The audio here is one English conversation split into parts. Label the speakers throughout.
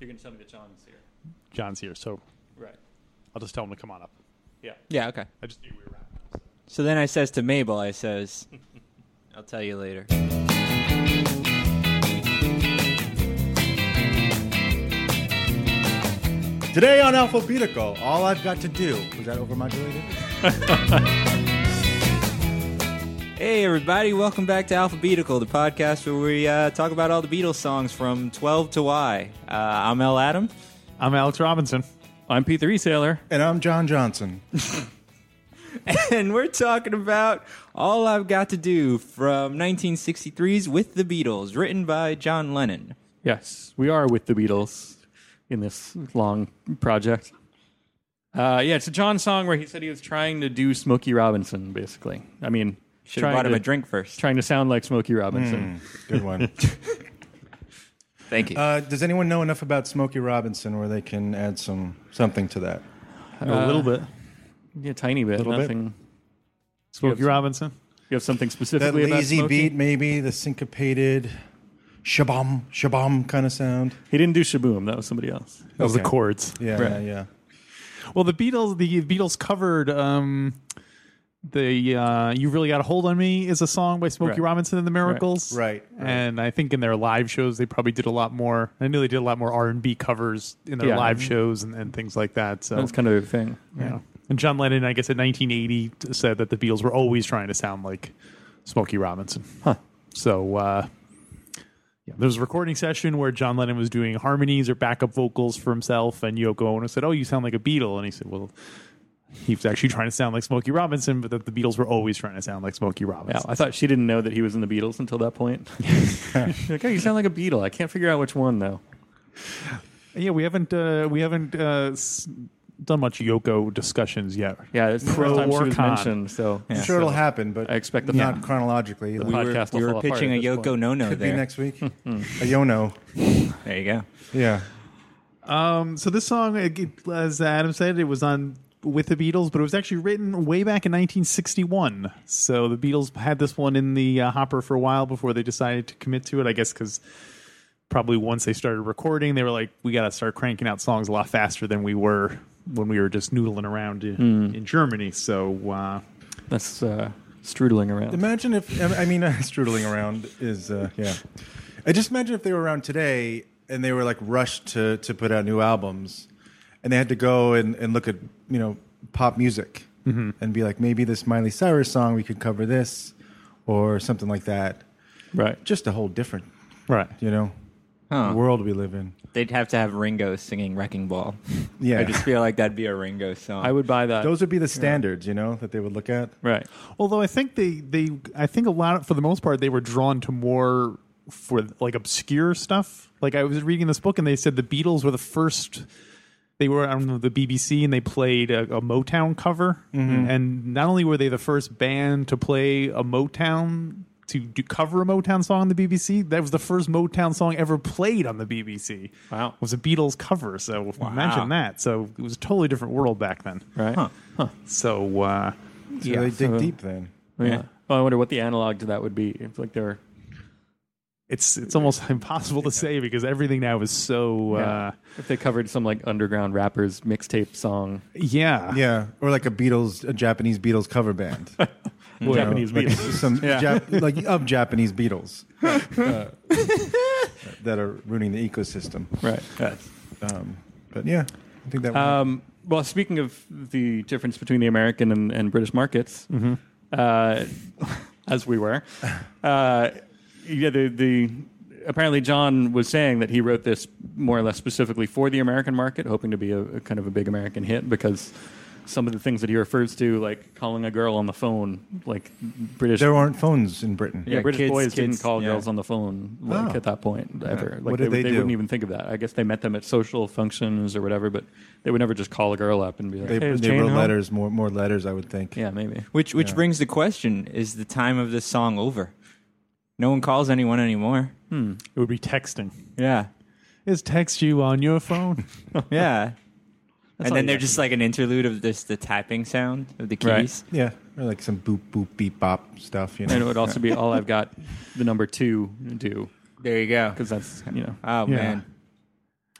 Speaker 1: You're going to tell me that John's here.
Speaker 2: John's here, so
Speaker 1: Right.
Speaker 2: I'll just tell him to come on up.
Speaker 1: Yeah.
Speaker 3: Yeah, okay.
Speaker 2: I just knew we were wrapping up. so.
Speaker 3: So then I says to Mabel, I says, I'll tell you later.
Speaker 4: Today on Alphabetical, all I've got to do was that overmodulated.
Speaker 3: Hey, everybody, welcome back to Alphabetical, the podcast where we uh, talk about all the Beatles songs from 12 to Y. Uh, I'm El Adam.
Speaker 2: I'm Alex Robinson.
Speaker 1: I'm Pete the Reseller.
Speaker 4: And I'm John Johnson.
Speaker 3: and we're talking about All I've Got to Do from 1963's With the Beatles, written by John Lennon.
Speaker 1: Yes, we are with the Beatles in this long project. Uh, yeah, it's a John song where he said he was trying to do Smokey Robinson, basically. I mean,
Speaker 3: Should have
Speaker 1: trying
Speaker 3: bought him
Speaker 1: to- Mm.
Speaker 3: a drink first.
Speaker 1: Trying to sound like Smokey Robinson.
Speaker 4: Good one.
Speaker 3: Thank you.
Speaker 4: Uh, does anyone know enough about Smokey Robinson where they can add some something to that?
Speaker 2: a little bit.
Speaker 1: Yeah, tiny bit.
Speaker 2: Little bit.
Speaker 1: Nothing.
Speaker 2: Smokey Robinson.
Speaker 1: You have something
Speaker 4: That
Speaker 1: specifically about
Speaker 4: lazy
Speaker 1: Smokey?
Speaker 4: beat, maybe the syncopated shabam shabam kind of sound.
Speaker 1: He didn't do Shaboom. That was somebody else.
Speaker 2: That was the
Speaker 4: Okay.
Speaker 2: chords.
Speaker 4: Yeah,
Speaker 1: Right.
Speaker 4: yeah, yeah.
Speaker 2: Well, the Beatles, the Beatles covered um, the uh, "You Really Got a Hold on Me" is a song by Smokey
Speaker 1: Right.
Speaker 2: Robinson and the Miracles,
Speaker 4: Right, right.
Speaker 2: And I think in their live shows, they probably did a lot more. I know they did a lot more R and B covers in their
Speaker 1: Yeah.
Speaker 2: live shows and, and things like that. So,
Speaker 1: That's kind of a thing.
Speaker 2: you know. and John Lennon, I guess, in 1980, said that the Beatles were always trying to sound like Smokey Robinson.
Speaker 1: Huh.
Speaker 2: So uh, yeah, there was a recording session where John Lennon was doing harmonies or backup vocals for himself, and Yoko Ono said, "Oh, you sound like a Beatle," and he said, "Well." He was actually trying to sound like Smokey Robinson, but that the Beatles were always trying to sound like Smokey
Speaker 1: Yeah,
Speaker 2: Robinson.
Speaker 1: I thought she didn't know that he was in the Beatles until that point. like, oh, you sound like a Beatle. I can't figure out which one though.
Speaker 2: Yeah, we haven't uh, we haven't uh, s- done much Yoko discussions yet.
Speaker 1: Yeah, it's the
Speaker 2: Pro
Speaker 1: first time she
Speaker 2: or
Speaker 1: was
Speaker 2: con?
Speaker 1: mentioned. So
Speaker 4: I'm sure it'll happen, but
Speaker 1: I expect the-
Speaker 4: not
Speaker 1: Yeah.
Speaker 4: chronologically. Either.
Speaker 1: The
Speaker 3: we were,
Speaker 1: podcast will
Speaker 3: we were
Speaker 1: fall apart
Speaker 3: pitching
Speaker 1: at
Speaker 3: a
Speaker 1: this
Speaker 3: Yoko
Speaker 1: point.
Speaker 3: no no
Speaker 4: Maybe
Speaker 3: there.
Speaker 4: next week. a Yono.
Speaker 3: There you go.
Speaker 4: Yeah.
Speaker 2: Um, so this song, it- it- as Adam said, it was on with the Beatles, but it was actually written way back in 1961. So the Beatles had this one in the uh, hopper for a while before they decided to commit to it. I guess because probably once they started recording, they were like, "We got to start cranking out songs a lot faster than we were when we were just noodling around in, in Germany." So uh,
Speaker 1: that's uh, strudling around.
Speaker 4: Imagine if I mean strudling around is uh, yeah. I just imagine if they were around today and they were like rushed to to put out new albums, and they had to go and, and look at you know pop music
Speaker 3: Mm-hmm.
Speaker 4: and be like maybe this Miley Cyrus song we could cover this or something like that.
Speaker 1: right.
Speaker 4: Just a whole different
Speaker 2: right,
Speaker 4: you know
Speaker 3: Huh.
Speaker 4: world we live in.
Speaker 3: They'd have to have Ringo singing Wrecking Ball.
Speaker 4: Yeah.
Speaker 3: I just feel like that'd be a Ringo song.
Speaker 1: I would buy that.
Speaker 4: Those would be the standards, you know, that they would look at.
Speaker 1: right.
Speaker 2: Although I think they they I think a lot of- for the most part they were drawn to more for like obscure stuff. Like I was reading this book and they said the Beatles were the first they were on the BBC and they played a, a Motown cover. And not only were they the first band to play a Motown to do, cover a Motown song on the BBC, that was the first Motown song ever played on the BBC.
Speaker 1: Wow.
Speaker 2: was a Beatles cover. So imagine that. So it was a totally different world back then.
Speaker 1: Right.
Speaker 2: So uh,
Speaker 4: So
Speaker 3: Yeah,
Speaker 4: they dig
Speaker 1: so-
Speaker 4: deep then.
Speaker 1: Yeah.
Speaker 3: Yeah.
Speaker 1: Well, I wonder what the analog to that would be. If like there were
Speaker 2: it's it's almost impossible to say because everything now is so uh
Speaker 1: if they covered some like underground rappers mixtape song.
Speaker 2: yeah
Speaker 4: Yeah, or like a Beatles, a Japanese Beatles cover band. You know,
Speaker 2: Japanese
Speaker 4: like
Speaker 2: Beatles.
Speaker 4: some Jap- like of Japanese Beatles uh, that are ruining the ecosystem.
Speaker 1: Right.
Speaker 4: Um, but yeah, I think that.
Speaker 1: Um, well, speaking of the difference between the American and, and British markets, uh, as we were, uh, yeah, the, the apparently John was saying that he wrote this more or less specifically for the American market, hoping to be a, a kind of a big American hit because some of the things that he refers to, like calling a girl on the phone, like British.
Speaker 4: there aren't phones in Britain.
Speaker 1: yeah,
Speaker 3: Yeah,
Speaker 1: British
Speaker 3: kids-
Speaker 1: boys didn't
Speaker 3: kids,
Speaker 1: call
Speaker 3: yeah.
Speaker 1: girls on the phone like
Speaker 4: Oh.
Speaker 1: at that point ever. Like
Speaker 4: What
Speaker 1: they,
Speaker 4: did they
Speaker 1: they
Speaker 4: do?
Speaker 1: wouldn't even think of that. I guess they met them at social functions or whatever, but they would never just call a girl up and be like,
Speaker 4: They,
Speaker 1: "Hey, is
Speaker 4: they
Speaker 1: Jane
Speaker 4: wrote
Speaker 1: home?"
Speaker 4: letters, more more letters, I would think.
Speaker 1: Yeah, maybe.
Speaker 3: which which
Speaker 4: Yeah.
Speaker 3: brings the question: Is the time of this song over? No one calls anyone anymore.
Speaker 2: it would be texting
Speaker 3: Yeah,
Speaker 2: is text you on your phone
Speaker 3: yeah. and then
Speaker 1: you
Speaker 3: they're
Speaker 1: got.
Speaker 3: just like an interlude of this the tapping sound of the
Speaker 1: Right.
Speaker 3: keys.
Speaker 4: yeah, or like some boop boop beep bop stuff. You know,
Speaker 1: And it would also be all I've got the number two do
Speaker 3: There you go.
Speaker 1: because that's you know
Speaker 3: Oh
Speaker 2: Yeah.
Speaker 3: man,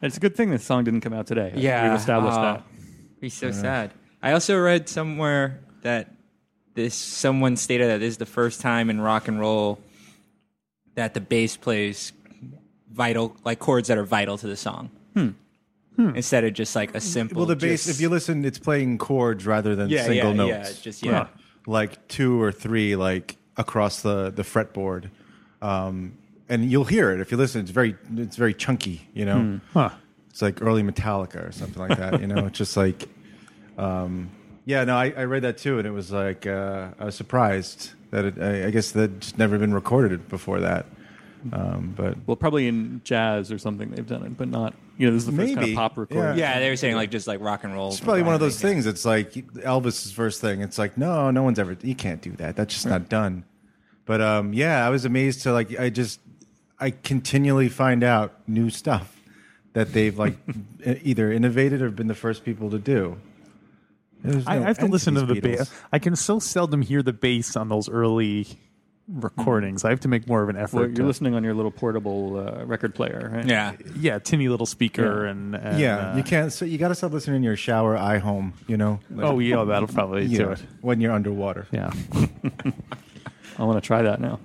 Speaker 1: It's a good thing this song didn't come out today.
Speaker 3: Yeah.
Speaker 1: We've established
Speaker 4: uh-huh.
Speaker 3: Oh.
Speaker 1: that.
Speaker 3: He's so sad. I also read somewhere that this someone stated that this is the first time in rock and roll that the bass plays vital like chords that are vital to the song. Instead of just like a simple
Speaker 4: Well, the bass,
Speaker 3: just-
Speaker 4: if you listen, it's playing chords rather than
Speaker 3: Yeah,
Speaker 4: single
Speaker 3: yeah,
Speaker 4: notes.
Speaker 3: yeah, just- yeah. Huh.
Speaker 4: Like two or three, like across the, the fretboard. Um, and you'll hear it if you listen. It's very, it's very chunky, you know?
Speaker 2: Huh.
Speaker 4: It's like early Metallica or something like that, you know? It's just like, um, yeah, no, I, I read that too, and it was like, uh, I was surprised that it, I, I guess that just never been recorded before that. Um, but
Speaker 1: Well, probably in jazz or something they've done it, but not. You know, this is the first kind
Speaker 4: Maybe.
Speaker 1: of pop recording.
Speaker 3: Yeah, they were saying like just like rock and roll.
Speaker 4: It's probably one of those things. It's like Elvis's first thing. It's like, no, no one's ever. You can't do that. That's just not done. But um, yeah, I was amazed to like. I just, I continually find out new stuff that they've like e- either innovated or been the first people to do. There's
Speaker 2: I,
Speaker 4: no
Speaker 2: I have to
Speaker 4: end
Speaker 2: listen to the
Speaker 4: these Beatles.
Speaker 2: bass. I can so seldom hear the bass on those early recordings. I have to make more of an effort.
Speaker 1: Well, you're
Speaker 2: to-
Speaker 1: listening on your little portable uh, record player, right?
Speaker 3: Yeah.
Speaker 2: yeah, tinny little speaker and, and,
Speaker 4: Yeah,
Speaker 2: uh,
Speaker 4: you can't. So you got to stop listening in your shower, i home. You know. Like,
Speaker 2: Oh yeah, that'll probably
Speaker 4: you
Speaker 2: do
Speaker 4: know,
Speaker 2: it.
Speaker 4: when you're underwater.
Speaker 2: Yeah.
Speaker 1: I want to try that now.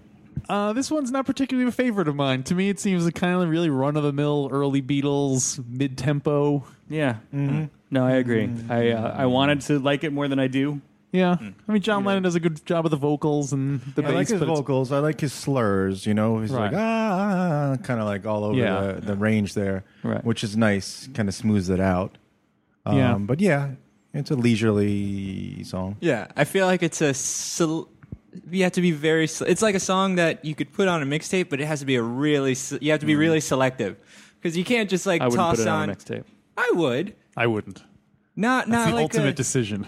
Speaker 2: Uh, this one's not particularly a favorite of mine. To me, it seems a kind of really run of the mill early Beatles mid tempo.
Speaker 1: Yeah. No, I agree. I uh, I wanted to like it more than I do.
Speaker 2: Yeah, I mean John Lennon does a good job of the vocals and the
Speaker 4: I
Speaker 2: bass.
Speaker 4: like his
Speaker 2: but it's-
Speaker 4: vocals. I like his slurs. You know, he's
Speaker 1: Right.
Speaker 4: like ah, kind of like all over
Speaker 2: Yeah.
Speaker 4: the, the range there,
Speaker 1: Right.
Speaker 4: which is nice. Kind of smooths it out. Um,
Speaker 2: Yeah.
Speaker 4: but yeah, it's a leisurely song.
Speaker 3: Yeah, I feel like it's a. Sol- you have to be very. se- It's like a song that you could put on a mixtape, but it has to be a really. se- You have to be really selective because you can't just like
Speaker 1: I wouldn't
Speaker 3: toss
Speaker 1: put it on,
Speaker 3: on.
Speaker 1: a mixtape.
Speaker 3: I would
Speaker 2: I wouldn't.
Speaker 3: not not
Speaker 2: It's the
Speaker 3: like
Speaker 2: ultimate
Speaker 3: a-
Speaker 2: decision.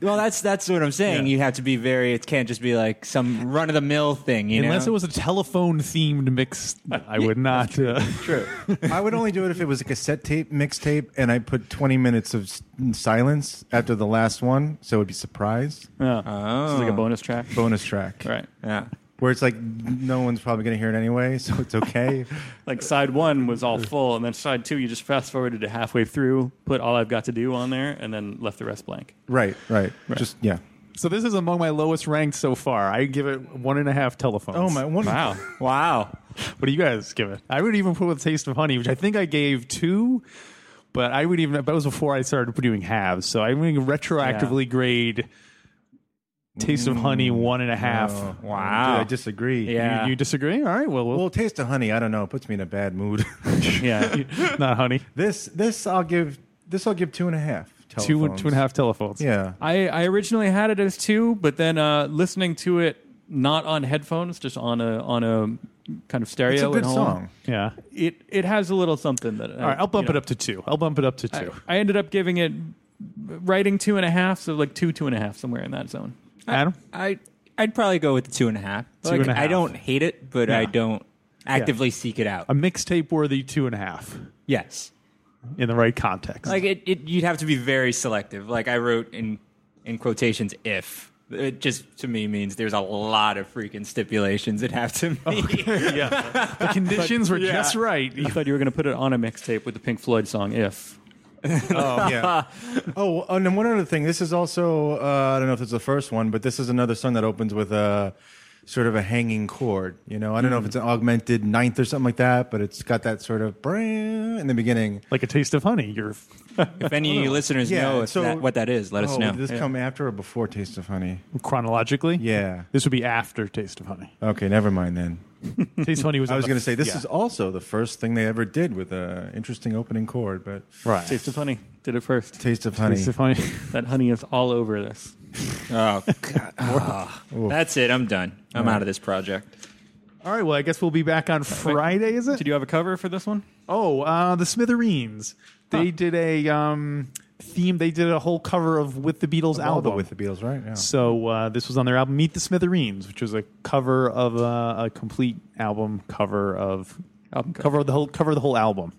Speaker 3: well, that's that's what I'm saying. You have to be very. It can't just be like some run of the mill thing. You
Speaker 2: Unless
Speaker 3: know?
Speaker 2: it was a telephone themed mix, I would not. Uh,
Speaker 4: True. I would only do it if it was a cassette tape mixtape, and I put twenty minutes of s- silence after the last one, so it would be surprise
Speaker 1: Yeah.
Speaker 3: Oh.
Speaker 1: It's like a bonus track.
Speaker 4: bonus track,
Speaker 1: Right.
Speaker 3: Yeah.
Speaker 4: Where it's like no one's probably going to hear it anyway, so it's okay.
Speaker 1: Like side one was all full, and then side two, you just fast forwarded to halfway through, put all I've got to do on there, and then left the rest blank.
Speaker 4: right, right, Just yeah.
Speaker 2: so this is among my lowest ranked so far. I give it one and a half telephones.
Speaker 4: Oh my! One,
Speaker 1: Wow.
Speaker 3: Wow.
Speaker 2: What do you guys give it? I would even put with Taste of Honey, which I think I gave two, but I would even that was before I started doing halves. So I'm going to retroactively grade Taste of Honey one and a half.
Speaker 4: Mm. Wow! Oh, I disagree.
Speaker 3: Yeah.
Speaker 2: You, you disagree? All right. Well, we'll,
Speaker 4: Well, taste of honey, I don't know, it puts me in a bad mood.
Speaker 1: Yeah.
Speaker 2: not honey.
Speaker 4: this this I'll give this I'll give two and a half.
Speaker 2: Two
Speaker 4: telephones.
Speaker 2: two and a half telephones.
Speaker 4: Yeah.
Speaker 1: I, I originally had it as two, but then uh, listening to it not on headphones, just on a on a kind of stereo
Speaker 4: It's a
Speaker 1: at
Speaker 4: good
Speaker 1: home.
Speaker 4: song.
Speaker 2: Yeah.
Speaker 1: It it has a little something that.
Speaker 2: All right. I'll bump it up to two. I'll bump it up to two.
Speaker 1: I ended up giving it writing two and a half, so like two two and a half somewhere in that zone.
Speaker 2: Adam?
Speaker 3: I I'd probably go with the two and a half. Two
Speaker 2: and a half.
Speaker 3: I don't hate it, but I don't actively seek it out.
Speaker 2: A mixtape worthy two and a half
Speaker 3: yes.
Speaker 2: in the right context.
Speaker 3: like it, it you'd have to be very selective like i wrote in in quotations if it just to me means there's a lot of freaking stipulations that have to be
Speaker 2: the conditions were just right.
Speaker 1: I thought you were going to put it on a mixtape with the Pink Floyd song "If."
Speaker 4: yeah. Oh, and then one other thing. This is also uh, I don't know if it's the first one, but this is another song that opens with a sort of a hanging chord. You know, I don't know if it's an augmented ninth or something like that, but it's got that sort of "brrrr" in the beginning.
Speaker 2: Like a taste of honey. You're
Speaker 3: if any of you listeners
Speaker 4: Yeah,
Speaker 3: know if
Speaker 4: so-
Speaker 3: that, what that is let us
Speaker 4: oh,
Speaker 3: know
Speaker 4: Did this come after or before Taste of Honey?
Speaker 2: chronologically.
Speaker 4: Yeah.
Speaker 2: This would be after Taste of Honey.
Speaker 4: Okay, never mind then.
Speaker 2: Taste of Honey was.
Speaker 4: I
Speaker 2: on
Speaker 4: was
Speaker 2: the-
Speaker 4: going to say this
Speaker 2: yeah.
Speaker 4: is also the first thing they ever did with an interesting opening chord, but
Speaker 2: right.
Speaker 1: Taste of Honey did it first.
Speaker 4: Taste of Honey.
Speaker 2: Taste of Honey.
Speaker 1: That honey is all over this.
Speaker 3: oh god Ah. that's it i'm done i'm out of this project
Speaker 2: All right. Well, I guess we'll be back on Friday. Is it?
Speaker 1: Did you have a cover for this one?
Speaker 2: Oh, uh, the Smithereens. They did a um, theme. They did a whole cover of with the Beatles album.
Speaker 4: with the Beatles, right? Yeah.
Speaker 2: so uh, this was on their album Meet the Smithereens, which was a cover of uh, a complete album cover of
Speaker 1: Album cover.
Speaker 2: cover of the whole cover of the whole album.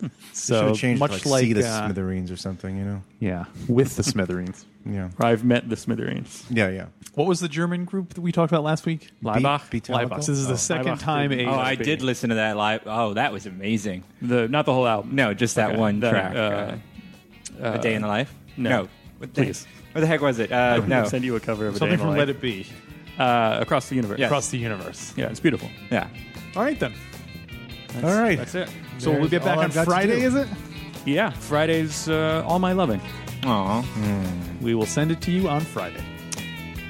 Speaker 4: Should
Speaker 2: So
Speaker 4: have changed
Speaker 2: much
Speaker 4: to, like,
Speaker 2: like
Speaker 4: see the
Speaker 2: uh,
Speaker 4: Smithereens or something, you know.
Speaker 2: yeah, with the Smithereens.
Speaker 4: Yeah.
Speaker 1: Or I've met the Smithereens.
Speaker 4: Yeah. Yeah.
Speaker 2: What was the German group that we talked about last week?
Speaker 1: Leibach?
Speaker 4: Beat-
Speaker 1: Leibach.
Speaker 2: This is the second
Speaker 1: Leibach.
Speaker 2: time a
Speaker 3: Oh, I
Speaker 1: be.
Speaker 3: did listen to that live. Oh, that was amazing.
Speaker 1: The, not the whole album.
Speaker 3: No, just that
Speaker 1: Okay.
Speaker 3: one
Speaker 1: The,
Speaker 3: track.
Speaker 1: uh,
Speaker 3: uh, a day in the life.
Speaker 1: no.
Speaker 3: What the,
Speaker 1: Please.
Speaker 3: What the heck was it? Uh,
Speaker 1: I'll
Speaker 3: no.
Speaker 1: send you a cover of a
Speaker 2: something
Speaker 1: Day in
Speaker 2: from
Speaker 1: the
Speaker 2: Let
Speaker 1: Life.
Speaker 2: It Be
Speaker 1: uh, across the universe.
Speaker 3: Yes.
Speaker 2: across the universe.
Speaker 1: Yeah, it's beautiful.
Speaker 3: Yeah.
Speaker 2: All right then.
Speaker 4: All right.
Speaker 1: That's it.
Speaker 2: So we'll get
Speaker 4: all
Speaker 2: back on
Speaker 4: I've got to
Speaker 2: Friday,
Speaker 4: do.
Speaker 2: is it?
Speaker 1: Yeah, Friday's uh, all my loving.
Speaker 3: Aw.
Speaker 2: We will send it to you on Friday.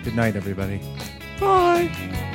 Speaker 4: Good night, everybody.
Speaker 1: Bye.